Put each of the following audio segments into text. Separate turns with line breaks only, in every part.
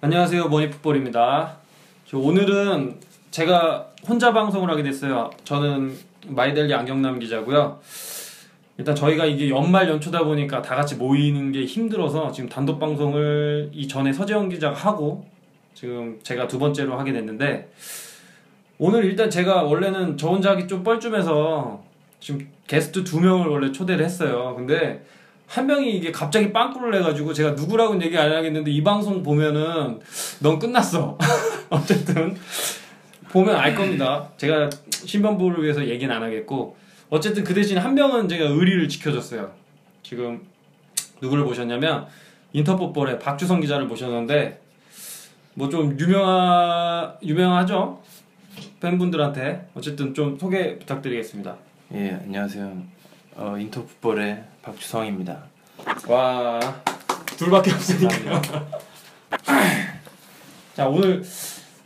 안녕하세요 머니풋볼입니다. 저 오늘은 제가 혼자 방송을 하게 됐어요. 저는 마이델리 안경남 기자고요. 일단 저희가 이게 연말 연초다 보니까 다 같이 모이는 게 힘들어서 지금 단독 방송을 이전에 서재원 기자가 하고 지금 제가 두 번째로 하게 됐는데 오늘 일단 제가 원래는 저 혼자 하기 좀 뻘쭘해서 지금 게스트 두 명을 원래 초대를 했어요. 근데 한 명이 이게 갑자기 빵꾸를 해가지고 제가 누구라고는 얘기 안 하겠는데 이 방송 보면은 넌 끝났어. 어쨌든 보면 알 겁니다. 제가 신변보호를 위해서 얘기는 안 하겠고 어쨌든 그 대신 한 명은 제가 의리를 지켜줬어요. 지금 누구를 모셨냐면 인터풋볼의 박주성 기자를 모셨는데 뭐 좀 유명하 유명하죠 팬분들한테 어쨌든 좀 소개 부탁드리겠습니다.
예 안녕하세요 어, 인터풋볼의 박주성입니다
와 둘밖에 없으니까. 자 오늘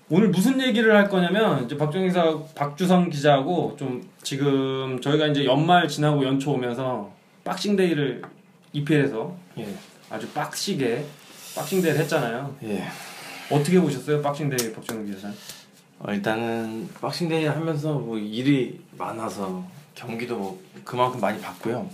오늘 무슨 얘기를 할 거냐면 이제 박정 기사 박주성 기자하고 좀 지금 저희가 이제 연말 지나고 연초 오면서 박싱데이를 EPL에서
예,
아주 빡시게 박싱데이를 했잖아요.
예.
어떻게 보셨어요 박싱데이 박정 기자?
어, 일단은 박싱데이 하면서 뭐 일이 많아서 경기도 뭐 그만큼 많이 봤고요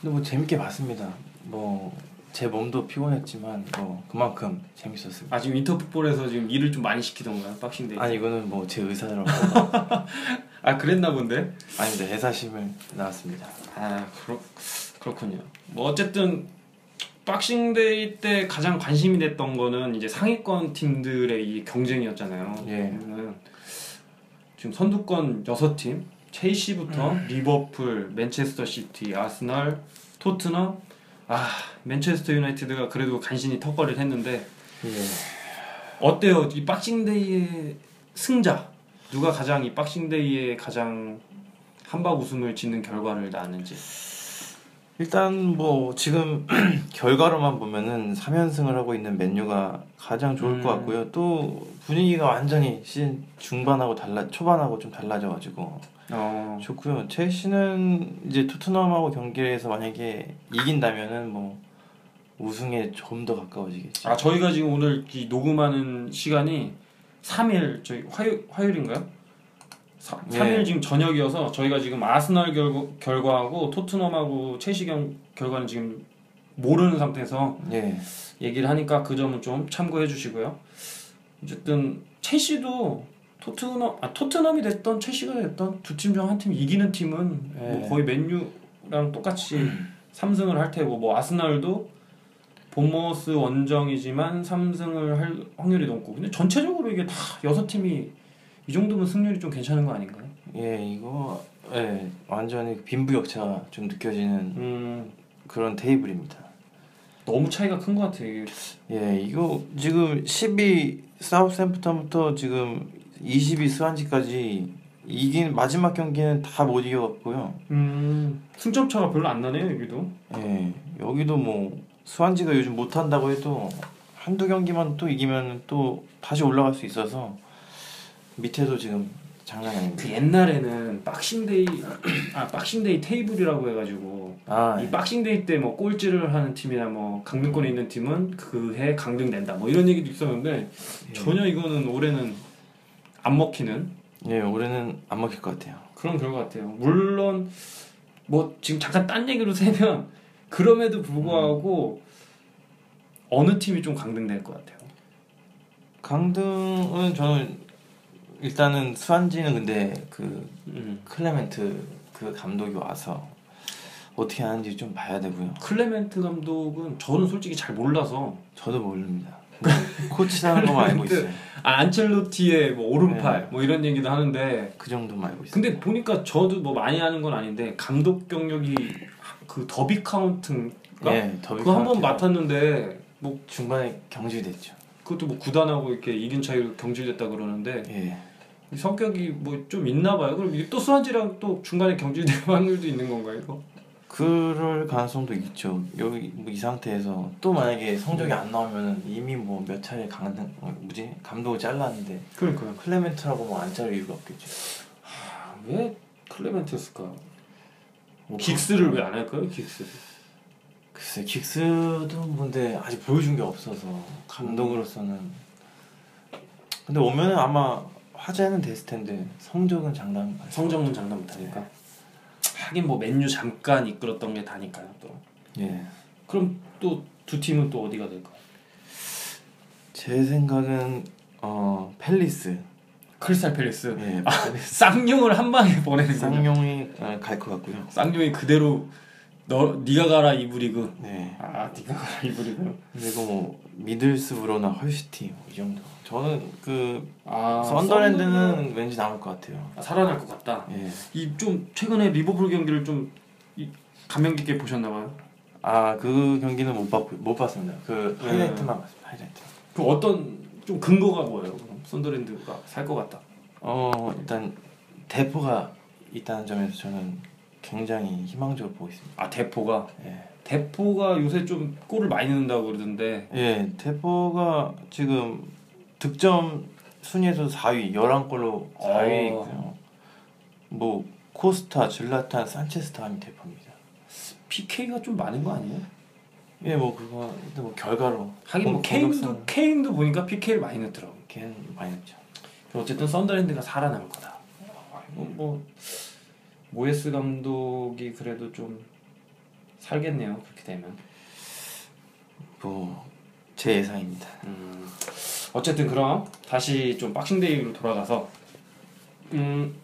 근데 뭐 재밌게 봤습니다 뭐 제 몸도 피곤했지만 뭐 그만큼 재밌었습니다
아 지금 인터풋볼에서 지금 일을 좀 많이 시키던가요 박싱데이?
아니 이거는 뭐 제 의사라고
아 그랬나 본데.
아닙니다 해사심을 나왔습니다
아 그렇 그렇군요. 뭐 어쨌든 박싱데이 때 가장 관심이 됐던 거는 이제 상위권 팀들의 이 경쟁이었잖아요.
예.
그러면은 지금 선두권 6팀 첼시부터 리버풀, 맨체스터 시티, 아스날, 토트넘 아 맨체스터 유나이티드가 그래도 간신히 턱걸이를 했는데
예.
어때요 이 박싱데이의 승자 누가 가장 이 박싱데이의 가장 한박 웃음을 짓는 결과를 낳았는지
일단 뭐 지금 결과로만 보면은 3연승을 하고 있는 맨유가 가장 좋을 것
음.
같고요. 또 분위기가 완전히 시즌 중반하고 달라 초반하고 좀 달라져 가지고
어
좋고요. 첼시는 이제 토트넘하고 경기에서 만약에 이긴다면은 뭐 우승에 좀 더 가까워지겠죠.
아 저희가 지금 오늘 이 녹음하는 시간이 3일 저희 화요 화요일인가요? 사,
네.
3일 지금 저녁이어서 저희가 지금 아스날 결과, 결과하고 토트넘하고 첼시 경, 결과는 지금 모르는 상태에서
예.
얘기를 하니까 그 점은 좀 참고해 주시고요. 어쨌든 첼시도 토트넘 아 토트넘이 됐던 첼시가 됐던 두 팀 중 한 팀 이기는 팀은 음.
네.
뭐 거의 맨유랑 똑같이 3승을 할 테고 뭐 아스날도 본머스 원정이지만 3승을 할 확률이 높고 근데 전체적으로 이게 다 여섯 팀이 이 정도면 승률이 좀 괜찮은 거 아닌가요?
예, 이거 예. 완전히 빈부격차가 좀 느껴지는
음
그런 테이블입니다.
너무 차이가 큰 것 같아요.
예, 이거 지금 10위 사우스햄프턴부터 지금 20위 스완지까지 이긴 마지막 경기는 다 못 이겨갔고요.
음 승점 차가 별로 안 나네요 여기도.
예, 여기도 뭐 스완지가 요즘 못한다고 해도 한두 경기만 또 이기면 또 다시 올라갈 수 있어서 밑에도 지금 장난이 아닙니다.
그 옛날에는 박싱데이 아 박싱데이 테이블이라고 해가지고
아,
이 박싱데이 때 뭐 꼴찌를 하는 팀이나 뭐 강등권에 있는 팀은 그 해 강등된다 뭐 이런 얘기도 있었는데 전혀 이거는 올해는 안 먹히는
예, 올해는 안 먹힐 것 같아요.
그런 결과 같아요. 물론 뭐 지금 잠깐 딴 얘기로 세면 그럼에도 불구하고 어느 팀이 좀 강등될 것 같아요.
강등은 저는 일단은 스완지는 근데 그
음.
클레멘트 그 감독이 와서 어떻게 하는지 좀 봐야 되고요.
클레멘트 감독은 저는 솔직히 잘 몰라서
저도 모릅니다. 코치라는 것만 알고 있어요.
아, 안첼로티의 뭐 오른팔 뭐 이런 얘기도 하는데
그 정도만 알고 있어요.
근데 보니까 저도 뭐 많이 하는 건 아닌데 감독 경력이 그 더비 카운트인가
예, 더비
그러니까 그거 한 번
카운트요.
맡았는데 뭐
중간에 경질됐죠.
그것도 뭐 구단하고 이렇게 이긴 차이로 경질됐다 그러는데
예,
이 성격이 뭐 좀 있나 봐요. 그럼 이게 또 수완지랑 또 중간에 경질될 확률도 있는 건가요? 이거?
그럴 가능성도 있죠. 여기 뭐이 상태에서 또 만약에 성적이
네.
안 나오면은 이미 뭐 몇 차례 강등 어, 뭐지 감독을 잘랐는데
그러니까요.
클레멘트라고 뭐 안 자를 이유가 없겠죠.
아, 왜 클레멘트였을까?
뭐
긱스를 왜 안 할까요? 긱스.
그- 글쎄 긱스도 근데 아직 보여준 게 없어서 감독으로서는 근데 오면은 아마 화제는 됐을 텐데 성적은 장담
아, 성적은 장담 못하니까. 네. 하긴 뭐 맨유 잠깐 이끌었던 게 다니까요 또.
예.
그럼 또 두 팀은 또 어디가 될까?
제 생각은 어 펠리스
크리스탈 팰리스.
예.
쌍용을 한 방에 보내는 거냐?
쌍용이 아, 갈 것 같고요.
쌍용이 그대로 너 네가 가라 이브리그.
네.
아 네가 가라 이브리그.
그리고 뭐 미들스브로나 헐시티 뭐이 정도. 저는 그
아
썬더랜드는 왠지 남을 것 같아요.
아, 살아날 것 같다.
예.
이 좀 최근에 리버풀 경기를 좀 이- 감명 깊게 보셨나 봐요.
아 그 경기는 못 봤고 못 봤습니다. 그
예.
하이라이트만 봤습니다. 하이라이트.
그 어떤 좀 근거가 뭐예요? 그럼 썬더랜드가 살 것 같다.
어 일단 대포가 있다는 점에서 저는 굉장히 희망적으로 보고 있습니다.
아 대포가
예.
대포가 요새 좀 골을 많이 넣는다고 그러던데
예, 대포가 지금 득점 순위에서 4위, 11골로 4위에
어.
있고요. 뭐 코스타, 질라탄, 산체스 다음이 대포입니다.
PK가 좀 많은 거 아니에요?
예, 뭐 그거 근데 뭐 결과로
하긴 뭐
공-
케인도
공격성
케인도 보니까 PK를 많이 넣더라고.
걔는 많이 했죠.
어쨌든 썬더랜드가 살아남을 거다. 이거 뭐 모에스 감독이 그래도 좀 살겠네요. 그렇게 되면.
뭐제 예상입니다.
음, 어쨌든 그럼 다시 좀 박싱데이로 돌아가서 음,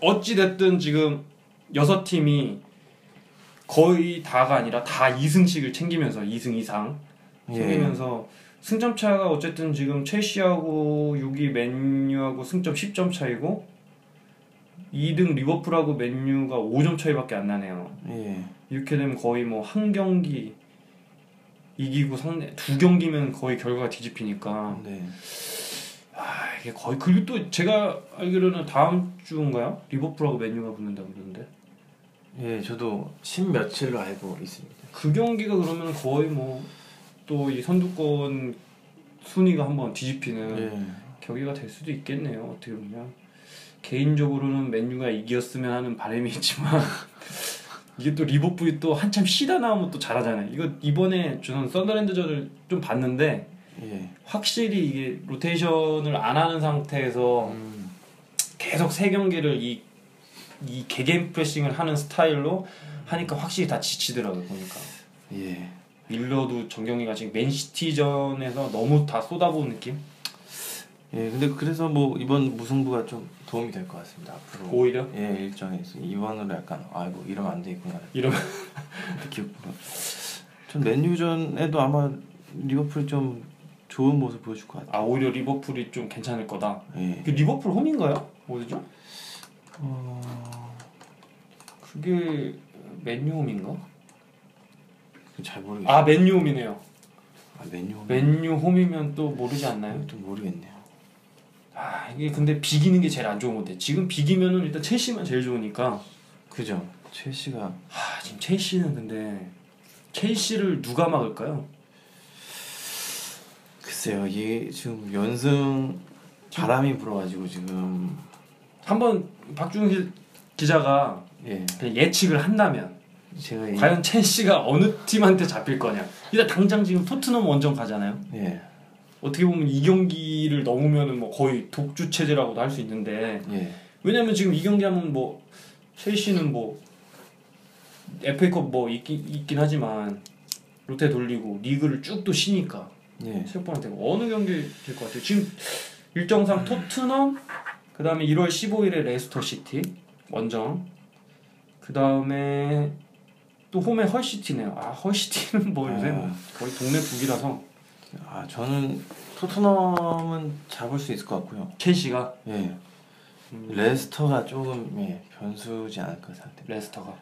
어찌 됐든 지금 여섯 팀이 거의 다가 아니라 다 2승씩을 챙기면서 2승 이상
예.
생기면서 승점 차가 어쨌든 지금 첼시하고 6위 맨유하고 승점 10점 차이고 2등 리버풀하고 맨유가 5점 차이밖에 안 나네요.
예.
이렇게 되면 거의 뭐 한 경기 이기고 상대 두 경기면 거의 결과가 뒤집히니까
네.
아 이게 거의 그리고 또 제가 알기로는 다음 주인가요? 리버풀하고 맨유가 붙는다 그러는데
예, 저도 십 며칠로 알고 있습니다.
그 경기가 그러면 거의 뭐 또 이 선두권 순위가 한번 뒤집히는
예.
격의가 될 수도 있겠네요. 어떻게 보면 개인적으로는 맨유가 이겼으면 하는 바람이 있지만 이게 또 리버풀이 또 한참 쉬다 나오면 또 잘하잖아요. 이거 이번에 저는 썬더랜드전을 좀 봤는데
예.
확실히 이게 로테이션을 안 하는 상태에서
음.
계속 세 경기를 이, 이 개개인 프레싱을 하는 스타일로 하니까 확실히 다 지치더라고요 보니까
예.
밀러도 정경이가 지금 맨시티전에서 너무 다 쏟아부은 느낌
예, 근데 그래서 뭐 이번 무승부가 좀 도움이 될 것 같습니다. 앞으로
오히려
예 일정에서 이번으로 약간 아이고 이러면 안 되겠구나
이런
이렇게 기억보가 전 맨유전에도 아마 리버풀 좀 좋은 모습 보여줄 것
아 오히려 리버풀이 좀 괜찮을 거다.
같아요 예
그 리버풀 홈인가요? 어디죠? 어. 그게 맨유 홈인가?
그건 잘 모르겠어요
아 맨유 홈이네요.
아, 맨유
맨유 홈이면 또 모르지 않나요?
또 모르겠네요
아 이게 근데 비기는 게 제일 안 좋은 건데 지금 비기면은 일단 첼시만 제일 좋으니까
그죠 첼시가
아 지금 첼시는 근데 첼시를 누가 막을까요?
글쎄요 이게 지금 연승 바람이 불어가지고 지금
한번 박준희 기자가
예
그냥 예측을 한다면
제가 이-
과연 첼시가 어느 팀한테 잡힐 거냐? 일단 당장 지금 토트넘 원정 가잖아요.
예
어떻게 보면 이 경기를 넘으면은 뭐 거의 독주 체제라고도 할 수 있는데
예.
왜냐면 지금 이 경기 하면 뭐 첼시는 뭐 FA컵 뭐 있긴, 있긴 하지만 롯데 돌리고 리그를 쭉 또 쉬니까
예.
체육관한테 어느 경기 될 것 같아요. 지금 일정상 토트넘 그 다음에 1월 15일에 레스터 시티 원정 그 다음에 또 홈에 헐시티네요. 아 헐시티는 뭐 요새 뭐 거의 동네 북이라서
아 저는 토트넘은 잡을 수 있을 것 같고요
첼시가
예.
음.
레스터가 조금 예, 변수지 않을까 생각돼요.
레스터가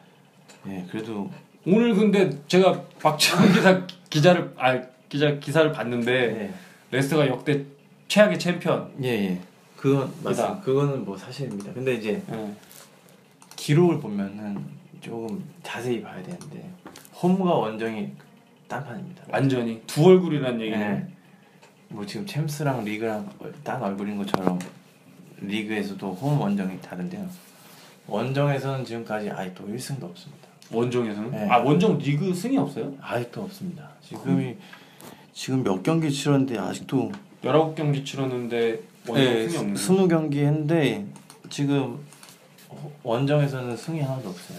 예, 그래도
오늘 근데 제가 박찬호 기사 기자를 아 기자 기사를 봤는데
예,
레스터가 역대 최악의 챔피언
예, 예. 그건
맞습니다.
맞아. 그거는 뭐 사실입니다. 근데 이제
예.
기록을 보면은 조금 자세히 봐야 되는데 홈과 원정이 딴판입니다.
예. 완전히 두 얼굴이란 얘기는
예. 뭐 지금 챔스랑 리그랑 딴 얼굴인 것처럼 리그에서도 홈 원정이 다른데요. 원정에서는 지금까지 아예 또 1승도 없습니다.
원정에서는?
네.
아 원정 리그 승이 없어요?
아직도 없습니다. 음.
지금이 지금 몇 경기 치렀는데 아직도
19경기 치렀는데
어,
원정
네.
승이 없는 거
스무 경기 했는데
지금 원정에서는 승이 하나도 없어요.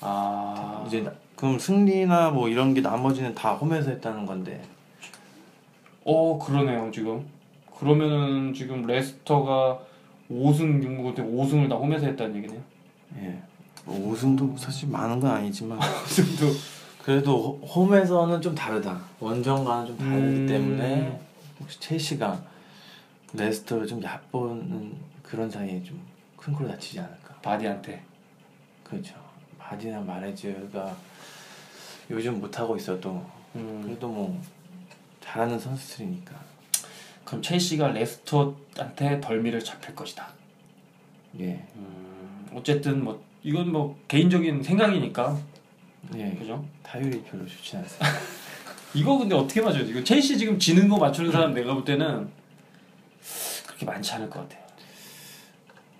아
이제 나-
그럼 승리나 뭐 이런 게 나머지는 다 홈에서 했다는 건데
어 그러네요 지금 그러면은 지금 레스터가 5승 6무 5승을 다 홈에서 했다는 얘기네요
예. 뭐 우승도 사실 많은 건 아니지만
5승도
그래도 호- 홈에서는 좀 다르다. 원정과는 좀 다르기
음.
때문에 혹시 첼시가 레스터를 좀 얕보는 그런 사이에 좀 큰 코로 다치지 않을까.
바디한테
그렇죠. 바디나 마레즈가 요즘 못 하고 있어도
음,
그래도 뭐 잘하는 선수들이니까.
그럼 첼시가 레스터한테 덜미를 잡힐 것이다
예.
음, 어쨌든 뭐 이건 뭐 개인적인 생각이니까
예.
그죠?
타율이 별로 좋지 않습니다.
이거 근데 어떻게 맞아요? 이거 첼시 지금 지는 거 맞추는 사람 내가 볼 때는 그렇게 많지 않을 것 같아요.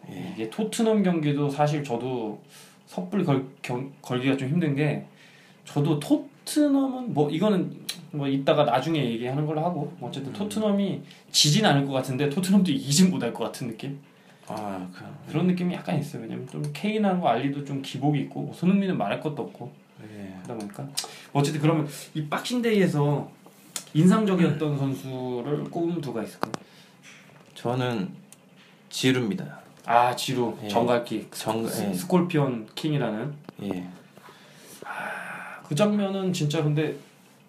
예, 이게 토트넘 경기도 사실 저도 섣불리 걸, 경- 걸기가 좀 힘든 게 저도 토트넘은 뭐 이거는 뭐 이따가 나중에 얘기하는 걸로 하고 뭐 어쨌든 토트넘이 지진 않을 것 같은데 토트넘도 이진 못할 것 같은 느낌
아, 그.
그런 느낌이 약간 있어요 왜냐면 좀 케인하고 알리도 좀 기복이 있고 뭐 손흥민은 말할 것도 없고
예.
그러다 보니까 어쨌든 그러면 이 박싱데이에서 인상적이었던 선수를 꼽은 누가 있을까요?
저는 지루입니다.
아 지루
예.
정갈기
정
스-
예.
스콜피언 킹이라는
예.
그 장면은 진짜 근데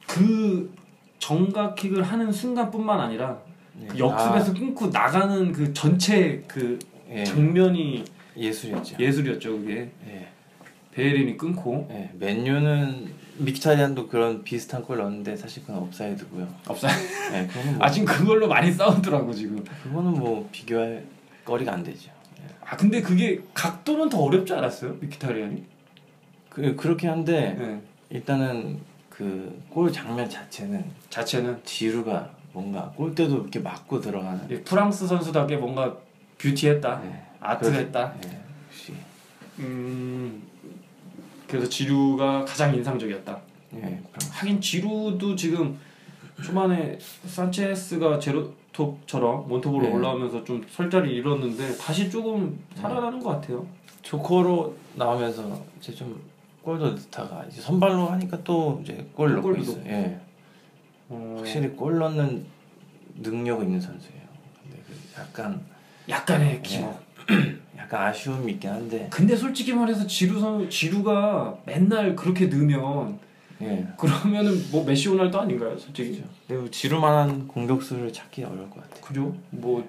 그 정각킥을 하는 순간뿐만 아니라
예.
그 역습에서 끊고 나가는 그 전체 그
아, 예.
장면이
예술이었죠.
예술이었죠 그게
예.
베예린이 끊고
예. 맨유는 미키타리안도 그런 비슷한 골 넣었는데 사실 그건 업사이드고요.
없어요
예. 그거는 뭐,
아직 그걸로 많이 싸우더라고 지금
그거는 뭐 비교할 거리가 안 되죠.
아 근데 그게 각도는 더 어렵지 않았어요 미키타리안이?
그 그렇긴 한데
네.
일단은 그 골 장면 자체는
자체는
지루가 뭔가 골대도 이렇게 맞고 들어가는
이 프랑스 선수답게 뭔가 뷰티했다,
네.
아트했다.
예, 역시
음, 그래서 지루가 가장 인상적이었다.
예,
하긴 지루도 지금 초반에 산체스가 제로톱처럼 몬토브로
네.
올라오면서 좀 설자를 잃었는데 다시 조금 살아나는 것 같아요.
조커로 나오면서 이제 좀 골도 넣다가 이제 선발로 하니까 또 이제 골 넣고
골도
있어요. 예.
어,
확실히 골 넣는 능력이 있는 선수예요. 근데 그 약간
약간의 기모.
약간 아쉬움이 있긴 한데
근데 솔직히 말해서 지루 선 지루가 맨날 그렇게 넣으면
예.
그러면은 뭐 메시 호날두 아닌가요, 솔직히?
근데 뭐 지루만한 공격수를 찾기 어려울 것 같아요.
그죠? 뭐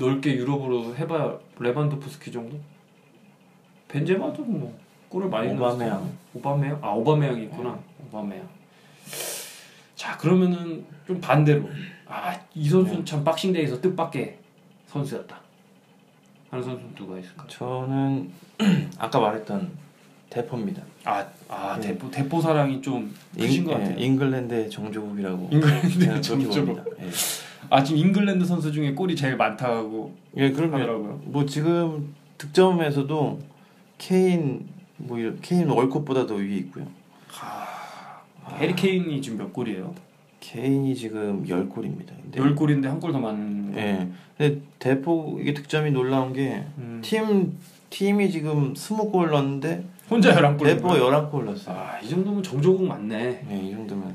넓게 유럽으로 해봐야 레반도프스키 정도? 벤제마도 뭐 골을 많이
오바메양.
넣었어요. 오바메양 아 오바메양이 있구나 오바메양 자 그러면은 좀 반대로 아 이 선수는 참 박싱데이에서 뜻밖의 선수였다 하는 선수 는 누가 있을까?
저는 아까 말했던 대포입니다.
아아
음.
대포 대포 사랑이 좀 크신
잉-
것
예,
같아요
잉글랜드의 정조국이라고
잉글랜드
저는 그렇게
전적으로
봅니다. 예.
아 지금 잉글랜드 선수 중에 골이 제일 많다고
예, 그럼요.
하더라고요
뭐 지금 득점에서도 케인 뭐 이런- 케인 월컵보다도 위에 있고요.
아. 해리케인이 지금 몇 골이에요?
케인이 지금 10골입니다.
네,
근데
10골인데 한 골 더 많은
예. 근데 대포 이게 득점이 놀라운
음.
게 팀 팀이 지금 20골 넣었는데
혼자 11골
대포가 11골 넣었어요.
아, 이 정도면 정조국 맞네.
예, 이 정도면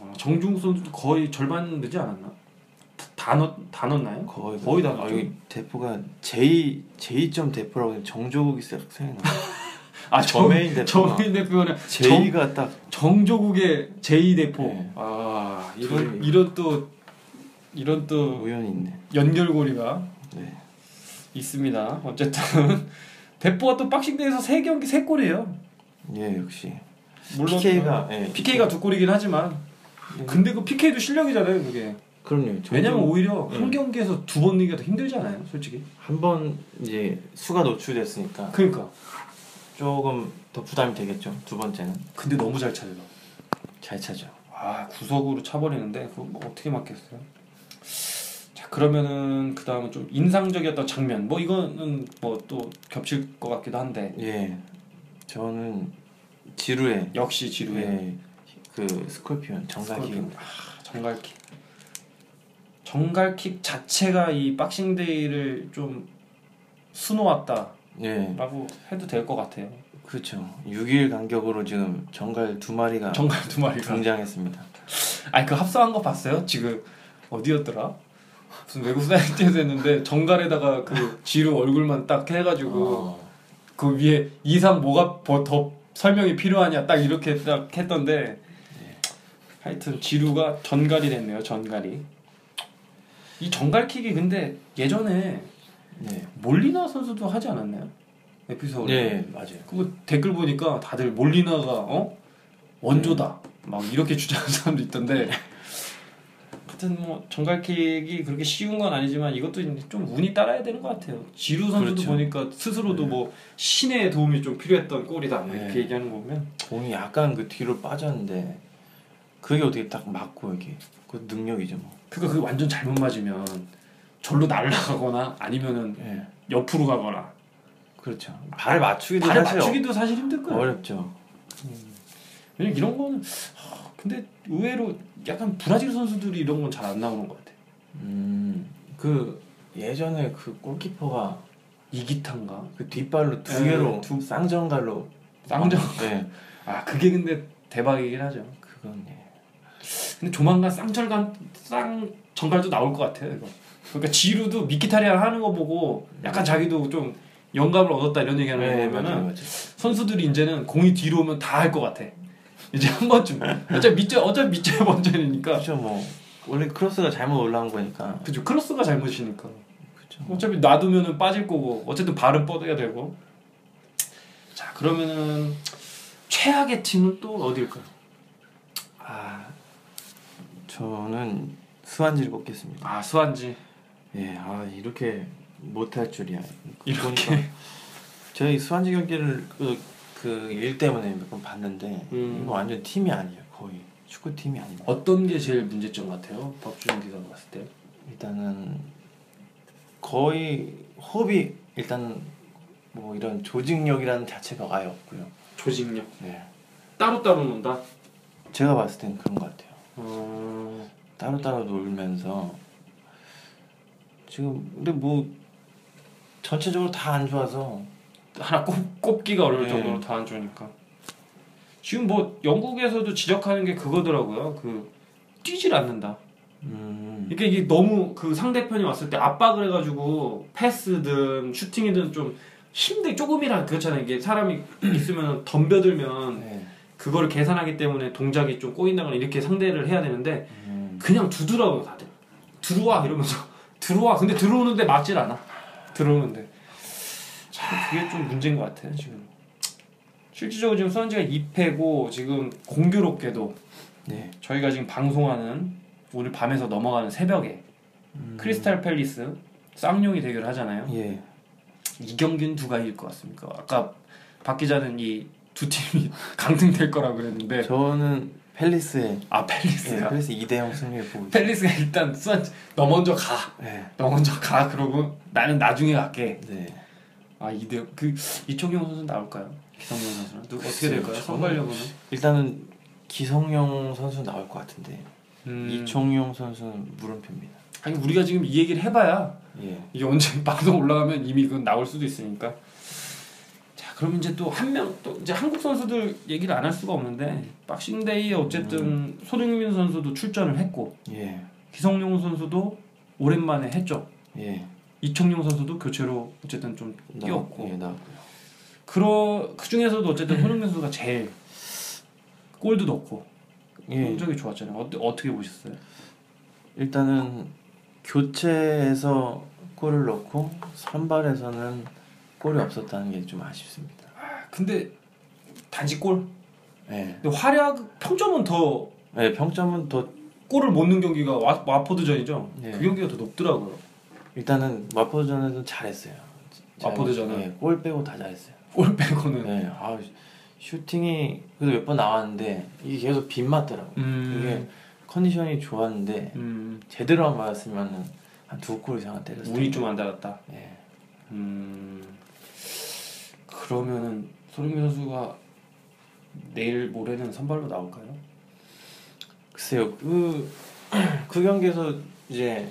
어, 정중국 선수도 거의 절반 되지 않았나? 다- 다, 넣, 다 넣었나요?
거의
거의 다
아,
넣었죠.
여기 대포가 제2 제2점 대포라고 해서 정조국이 싹 생각나.
아,
저메인 대포.
저메인 대표는 정,
제2가 딱
정조국의 제2대포.
네.
아, 이런,
저희-
이런 또, 이런 또
우연히 있네.
연결고리가
네.
있습니다. 어쨌든. 대포가 또 박싱대에서 3경기 3골이에요.
예, 역시
물론
PK가 네. 예.
PK가 두 골이긴 하지만 근데 그 PK도 실력이잖아요, 그게.
그럼요.
왜냐면 오히려 한
음.
경기에서 두 번 이기가 더 힘들잖아요, 솔직히.
한 번 이제 수가 노출됐으니까
그러니까.
조금 더 부담이 되겠죠. 두 번째는
근데 너무 잘 찾아요.
잘 차죠.
아 구석으로 차버리는데 그거 뭐 어떻게 막겠어요? 자 그러면은 그 다음은 좀 인상적이었던 장면 뭐 이거는 뭐 또 겹칠 것 같기도 한데
예, 저는 지루해.
역시 지루해.
네.
그 스콜피온 정갈킥입니다.
아, 정갈킥. 정갈킥 자체가 이 박싱데이를 좀 수놓았다라고
네.
해도 될 것 같아요.
그렇죠. 6일 간격으로 지금 정갈 두 마리가
정갈 두 마리가.
등장했습니다.
아니 그 합성한 거 봤어요? 지금 어디였더라? 무슨 외국 사이트에서 했는데 정갈에다가 그 지루 얼굴만 딱 해가지고
아,
어,
그 위에 이상 뭐가 더- 더 설명이 필요하냐 딱 이렇게 딱 했던데 하여튼 지루가 전갈이 됐네요 전갈이 이 전갈킥이 근데 예전에
네.
몰리나 선수도 하지 않았나요? 에피소드
네.
맞아요.
그거 뭐 댓글 보니까 다들 몰리나가 어? 원조다 막 이렇게 주장하는 사람도 있던데 하여튼 뭐 정갈킥이 그렇게 쉬운 건 아니지만 이것도 이제 좀 운이 따라야 되는 것 같아요 지루 선수도
그렇죠.
보니까 스스로도 뭐 신의 도움이 좀 필요했던 골이다 뭐 이렇게
네.
얘기하는 거 보면
공이 약간 그 뒤로 빠졌는데 그게 어떻게 딱 맞고 이게 그 능력이죠 뭐.
그거 그 완전 잘못 맞으면 절로 날아가거나 아니면은
네.
옆으로 가거나
그렇죠. 발 맞추기도
발을
사실
맞추기도 사실 힘들 거예요
어렵죠.
왜냐면 이런 거는 하, 근데 의외로 약간 브라질 선수들이 이런 건 잘 안 나오는 것 같아
음,
음그 예전에 그 골키퍼가
이기탄가
그 뒷발로 두
네,
개로
두-
쌍정갈로
쌍정
네
아 그게 근데 대박이긴 하죠. 예.
그건 네.
근데 조만간 쌍절간 쌍 정갈도 나올 것 같아요. 이거. 그러니까 지루도 미키타리안 하는 거 보고 약간 자기도 좀 영감을 얻었다 이런 얘기하는
네,
거 보면은
네, 맞아요, 맞아요.
선수들이 이제는 공이 뒤로 오면 다 할 것 같아. 이제 한 번쯤 어차피 밑자 어차피 밑자 먼저니까
그렇죠 뭐 원래 크로스가 잘못 올라온 거니까
그죠 크로스가 잘못이니까
그렇죠.
어차피 놔두면은 빠질 거고 어쨌든 발은 뻗어야 되고 자 그러면은 최악의 팀은 또 어디일까요?
아 저는 수완지를 뽑겠습니다.
아 수완지
예, 아 이렇게 못할 줄이야.
이렇게.
보니까 저희 수완지 경기를 그, 그일 때문에 몇 번 봤는데
음.
이거 완전 팀이 아니에요. 거의 축구 팀이 아닙니다.
어떤 게 제일 문제점 같아요? 법준 기가 봤을 때.
일단은 거의 호흡이 일단 뭐 이런 조직력이라는 자체가 아예 없고요.
조직력.
네,
따로 따로 논다.
제가 봤을 땐 그런 것 같아요.
어...
따로 따로 놀면서 지금 근데 뭐 전체적으로 다 안 좋아서
하나 꼽, 꼽기가 어려울
네.
정도로 다 안 좋으니까. 지금 뭐 영국에서도 지적하는 게 그거더라고요. 그 뛰질 않는다.
음,
이게 이게 너무 그 상대편이 왔을 때 압박을 해가지고 패스든 슈팅이든 좀 힘들 조금이라 그렇잖아요. 이게 사람이 있으면 덤벼들면
네.
그걸 계산하기 때문에 동작이 좀 꼬인다거나 이렇게 상대를 해야 되는데
음.
그냥 두드러워 다들 들어와 이러면서 들어와 근데 들어오는데 맞질 않아 들어오는데 참 그게 좀 문제인 것 같아요 지금 실질적으로 지금 수원지가 2패고 지금 공교롭게도
네.
저희가 지금 방송하는 오늘 밤에서 넘어가는 새벽에
음.
크리스탈 팰리스 쌍용이 대결을 하잖아요
예.
이 경기는 누가 이길 것 같습니까? 아까 박 기자는 이 두 팀이 강등될 거라고 그랬는데
네. 저는 펠리스의
아
예,
팰리스가
펠리스 2대0 승리를 보고 있어요.
팰리스가 일단 수원지 너 먼저 가
네.
너 먼저 가 그러고 나는 나중에 갈게.
네.
아 이대 그 이청용 선수 나올까요? 기성용 선수는 누 어떻게
글쎄요,
될까요?
저는-
선발력은
일단은 기성용 선수 나올 것 같은데
이청
이청용 선수는 물음표입니다.
아니 우리가 지금 이 얘기를 해봐야
예.
이게 언제 방송 올라가면 이미 그 나올 수도 있으니까. 자 그럼 이제 또 한 명 또 이제 한국 선수들 얘기를 안 할 수가 없는데 박싱데이에 어쨌든 손흥민 선수도 출전을 했고
예.
기성용 선수도 오랜만에 했죠.
예.
이청용 선수도 교체로 어쨌든 좀
나-
뛰었고
예, 나.
그러 그 중에서도 어쨌든 손흥민 선수가 제일 골도 넣고
예.
성적이 좋았잖아요. 어, 어떻게 보셨어요?
일단은 교체에서 골을 넣고 선발에서는 골이 없었다는 게 좀 아쉽습니다.
아, 근데 단지 골.
예.
근데 활약 평점은 더
예, 평점은 더
골을 못 넣는 경기가 와, 와포드전이죠.
네.
그 경기가 더 높더라고요.
일단은 마포전에서는 잘했어요. 잘-
마포드전은?
예, 골 빼고 다 잘했어요.
골 빼고는.
네, 아 슈팅이 그래도 몇 번 나왔는데 이게 계속 빗 맞더라고. 요
음.
이게 컨디션이 좋았는데
음.
제대로 안 맞았으면은 한 두 골 이상 때렸을 텐데.
운이 네. 좀 안 달았다.
예.
음. 그러면은 손흥민 선수가 내일 모레는 선발로 나올까요?
글쎄요 그 그 경기에서 이제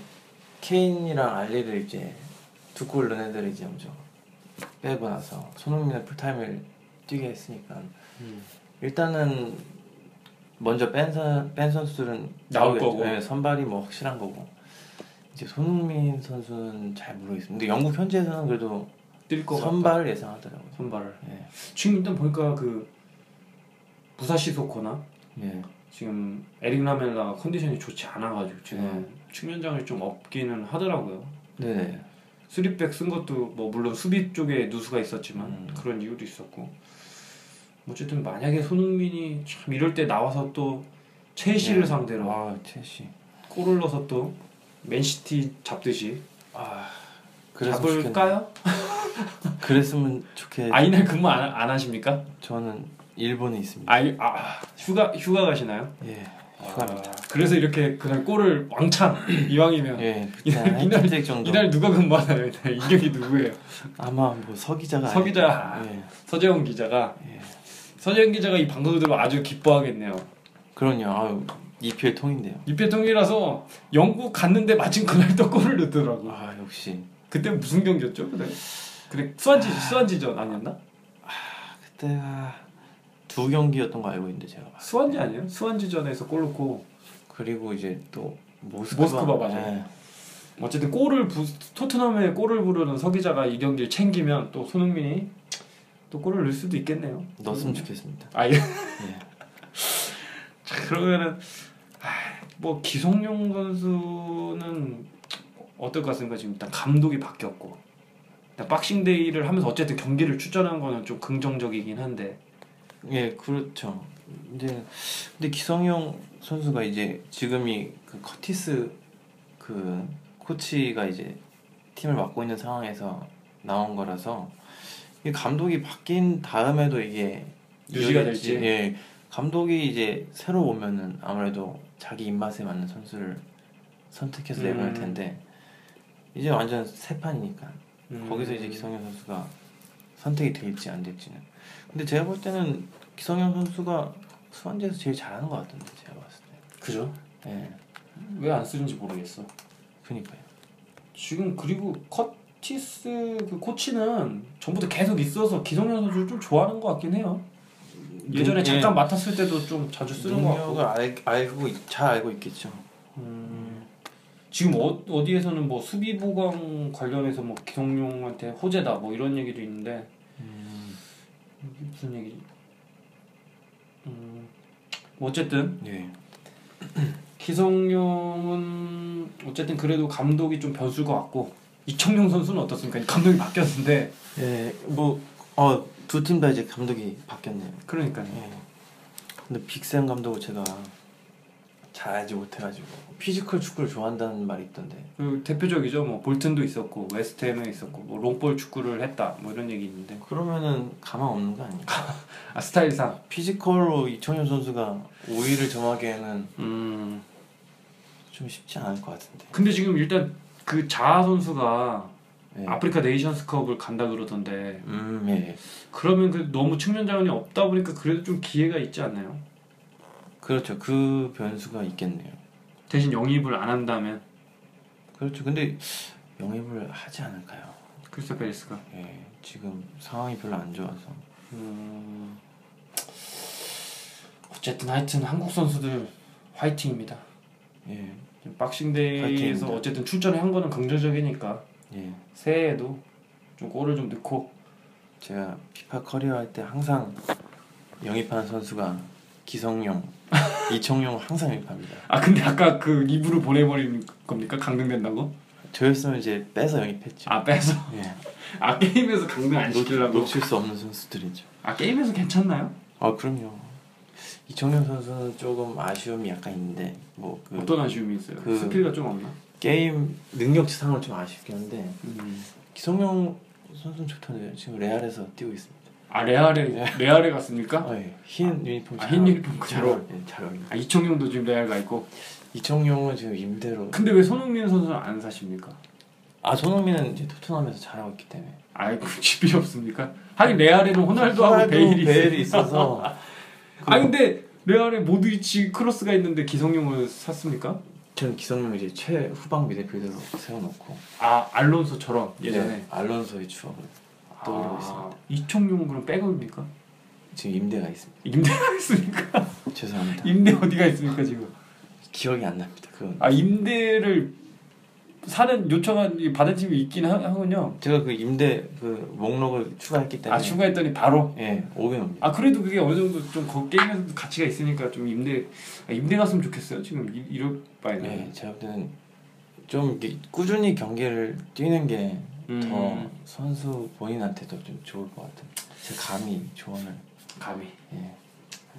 케인이랑 알리를 이제 두 골 넣은 애들을 이제 먼저 빼고 나서 손흥민의 풀타임을 뛰게 했으니까
음.
일단은 먼저 뺀, 선, 뺀 선수들은
나올
나오겠죠.
거고.
네, 선발이 뭐 확실한 거고 이제 손흥민 선수는 잘 모르겠습니다 근데 영국 현지에서는 그래도
뛸것 같다.
선발을 예상하더라고요
선발을.
예.
지금 일단 보니까 그 부사시 소코나
예.
지금 에릭 라멜라가 컨디션이 좋지 않아가지고 지금 네. 측면장이 좀 없기는 하더라고요.
네네
수리백 쓴 것도 뭐 물론 수비 쪽에 누수가 있었지만
음.
그런 이유도 있었고 어쨌든 만약에 손흥민이 참 이럴 때 나와서 또 첼시를
네.
상대로
아 첼시
골을 넣어서 또 맨시티 잡듯이
그랬으면
잡을까요?
좋겠- 그랬으면 좋겠
아 이날 근무 안, 안 하십니까?
저는 일본에 있습니다
아, 이- 아 휴가 휴가 가시나요?
예 음. 휴가입니다
아, 그래서 이렇게 그날 골을 왕창 이왕이면
예
이날-
일단
이날-
한택 정도
이날 누가 근무하나요? 이날 이경이 누구예요?
아마 뭐 서기자가
서 기자.
아닐까. 예.
서재훈 기자가 서재훈 기자가 이 방송을 들으면 아주 기뻐하겠네요.
그럼요 아유 EPL 통인데요
입회통이라서 영국 갔는데 마침 그날 또 골을 넣더라고.
아 역시
그때 무슨 경기였죠? 그때 그래 수완지 수완지전 아니었나?
그때가 두 경기였던 거 알고 있는데 제가
수완지 아니에요? 수완지전에서 골 넣고
그리고 이제 또 모스크바,
모스크바 맞아요.
예.
어쨌든 골을 부, 토트넘에 골을 부르는 서 기자가 이 경기를 챙기면 또 손흥민이 또 골을 넣을 수도 있겠네요.
넣었으면 좋겠습니다.
아 예. 자, 그러면은 아, 뭐 기성용 선수는 어떨 것 같습니까? 지금 일단 감독이 바뀌었고 일단 박싱데이를 하면서 어쨌든 경기를 추천한 거는 좀 긍정적이긴 한데
예, 그렇죠. 근데 근데 기성용 선수가 이제 지금이 그 커티스 그 코치가 이제 팀을 맡고 있는 상황에서 나온 거라서 이 감독이 바뀐 다음에도 이게
유지가
이어질지,
될지.
예, 감독이 이제 새로 오면은 아무래도 자기 입맛에 맞는 선수를 선택해서 내보낼
음.
텐데 이제 완전 새 판이니까
음.
거기서 이제 기성현 선수가 선택이 될지 안 될지는. 근데 제가 볼 때는 기성현 선수가 수완제에서 제일 잘하는 것 같던데 제가 봤을 때.
그죠?
예.
왜 안 쓰는지 모르겠어.
그니까요.
지금 그리고 커티스 그 코치는 전부터 계속 있어서 기성현 선수를 좀 좋아하는 것 같긴 해요. 예전에
예. 음.
잠깐 맡았을 때도 좀 자주 쓰는 것 같고.
능력을 알, 알고 있- 잘 알고 있겠죠.
음, 지금 어, 어디에서는 뭐 수비 보강 관련해서 뭐 기성용한테 호재다 뭐 이런 얘기도 있는데 음. 이게 무슨 얘기지? 음, 뭐 어쨌든
예.
기성용은 어쨌든 그래도 감독이 좀 변수일 것 같고 이청용 선수는 어떻습니까? 감독이 바뀌었는데
예. 뭐어두 팀 다 이제 감독이 바뀌었네요.
그러니까요.
예. 근데 빅샘 감독을 제가 잘 알지 못해가지고 피지컬 축구를 좋아한다는 말이 있던데.
그 대표적이죠. 뭐 볼튼도 있었고 웨스트햄에 있었고 뭐 롱볼 축구를 했다 뭐 이런 얘기 있는데
그러면은 가망 없는 거 아니에요?
아 스타일상
피지컬로 이청용 선수가 5위를 정하기에는
음
좀 쉽지 않을 것 같은데.
근데 지금 일단 그 자하 선수가
예.
아프리카 네이션스컵을 간다 그러던데
음, 예.
그러면 그 너무 측면 자원이 없다 보니까 그래도 좀 기회가 있지 않나요?
그렇죠. 그 변수가 있겠네요.
대신 영입을 안 한다면
그렇죠. 근데 영입을 하지 않을까요?
크리스탈 페리스가
예. 지금 상황이 별로 안 좋아서.
음, 어쨌든 하여튼 한국 선수들 화이팅입니다.
예.
박싱데이에서
화이팅입니다.
어쨌든 출전을 한 거는 긍정적이니까
예.
새해에도 좀 골을 좀 넣고
제가 피파 커리어 할 때 항상 영입하는 선수가 기성용, 이청용 항상 영입합니다.
아 근데 아까 그 입으로 보내버린 겁니까 강등된다고?
저였으면 이제 빼서 영입했죠.
아 빼서
예.
아 게임에서 강등 안
놓,
시키려고
놓칠 수 없는 선수들이죠.
아 게임에서 괜찮나요?
아 그럼요. 이청용 선수는 조금 아쉬움이 약간 있는데 뭐그
어떤 아쉬움이 있어요?
그-
스킬가 좀 없나?
게임 능력치상으로 좀 아쉽긴 한데
음.
기성용 선수는 좋던데요. 지금 레알에서 뛰고 있습니다.
아 레알에
예.
레알에 갔습니까?
아, 예. 흰 유니폼
아,
잘
흰
어울-
유니폼
잘
그대로.
어울- 예, 잘 어울려.
아 이청용도 지금 레알 가 있고
이청용은 지금 임대로.
근데 왜 손흥민 선수는 안 사십니까?
아 손흥민은 이제 토트넘에서 잘하고 있기 때문에.
그 아이 굳이 필요 없습니까? 하긴 레알에는 호날두하고 베일이 있어.
있어서
아 근데 레알에 모드리치 크로스가 있는데 기성용을 샀습니까?
그 저는 기성용 이제 최후방 미드필더로 세워놓고
아 알론소처럼 예전에 아.
네, 알론소의 추억을 떠올리고 있습니다.
이청용은 그럼 백업입니까?
지금 임대가 있습니다.
임대가 있습니까?
죄송합니다.
임대 어디가 있습니까 지금?
기억이 안 납니다. 그건
아 임대를 사는 요청한 이 받은 팀이 있긴 하, 하군요.
제가 그 임대 그 목록을 추가했기 때문에
아 추가했더니 바로
예 오게 옵니다.
아 그래도 그게 어느 정도 좀 거- 게임에서도 가치가 있으니까 좀 임대 아, 임대 갔으면 좋겠어요. 지금 이- 이럴 바에는
네, 제가 볼 때는 좀 이렇게 꾸준히 경기를 뛰는 게 더
음.
선수 본인한테도 좀 좋을 것 같아요. 제 감히 조언을.
감히
예,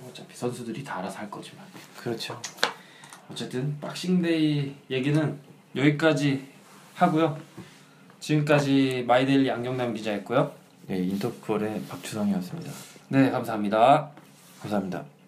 어차피 선수들이 다 알아서 할 거지만
그렇죠.
어쨌든 박싱데이 얘기는
여기까지 하고요. 지금까지 마이데일리 양경남 기자였고요.
네, 예, 인터폴의 박주성이었습니다.
네 감사합니다.
감사합니다.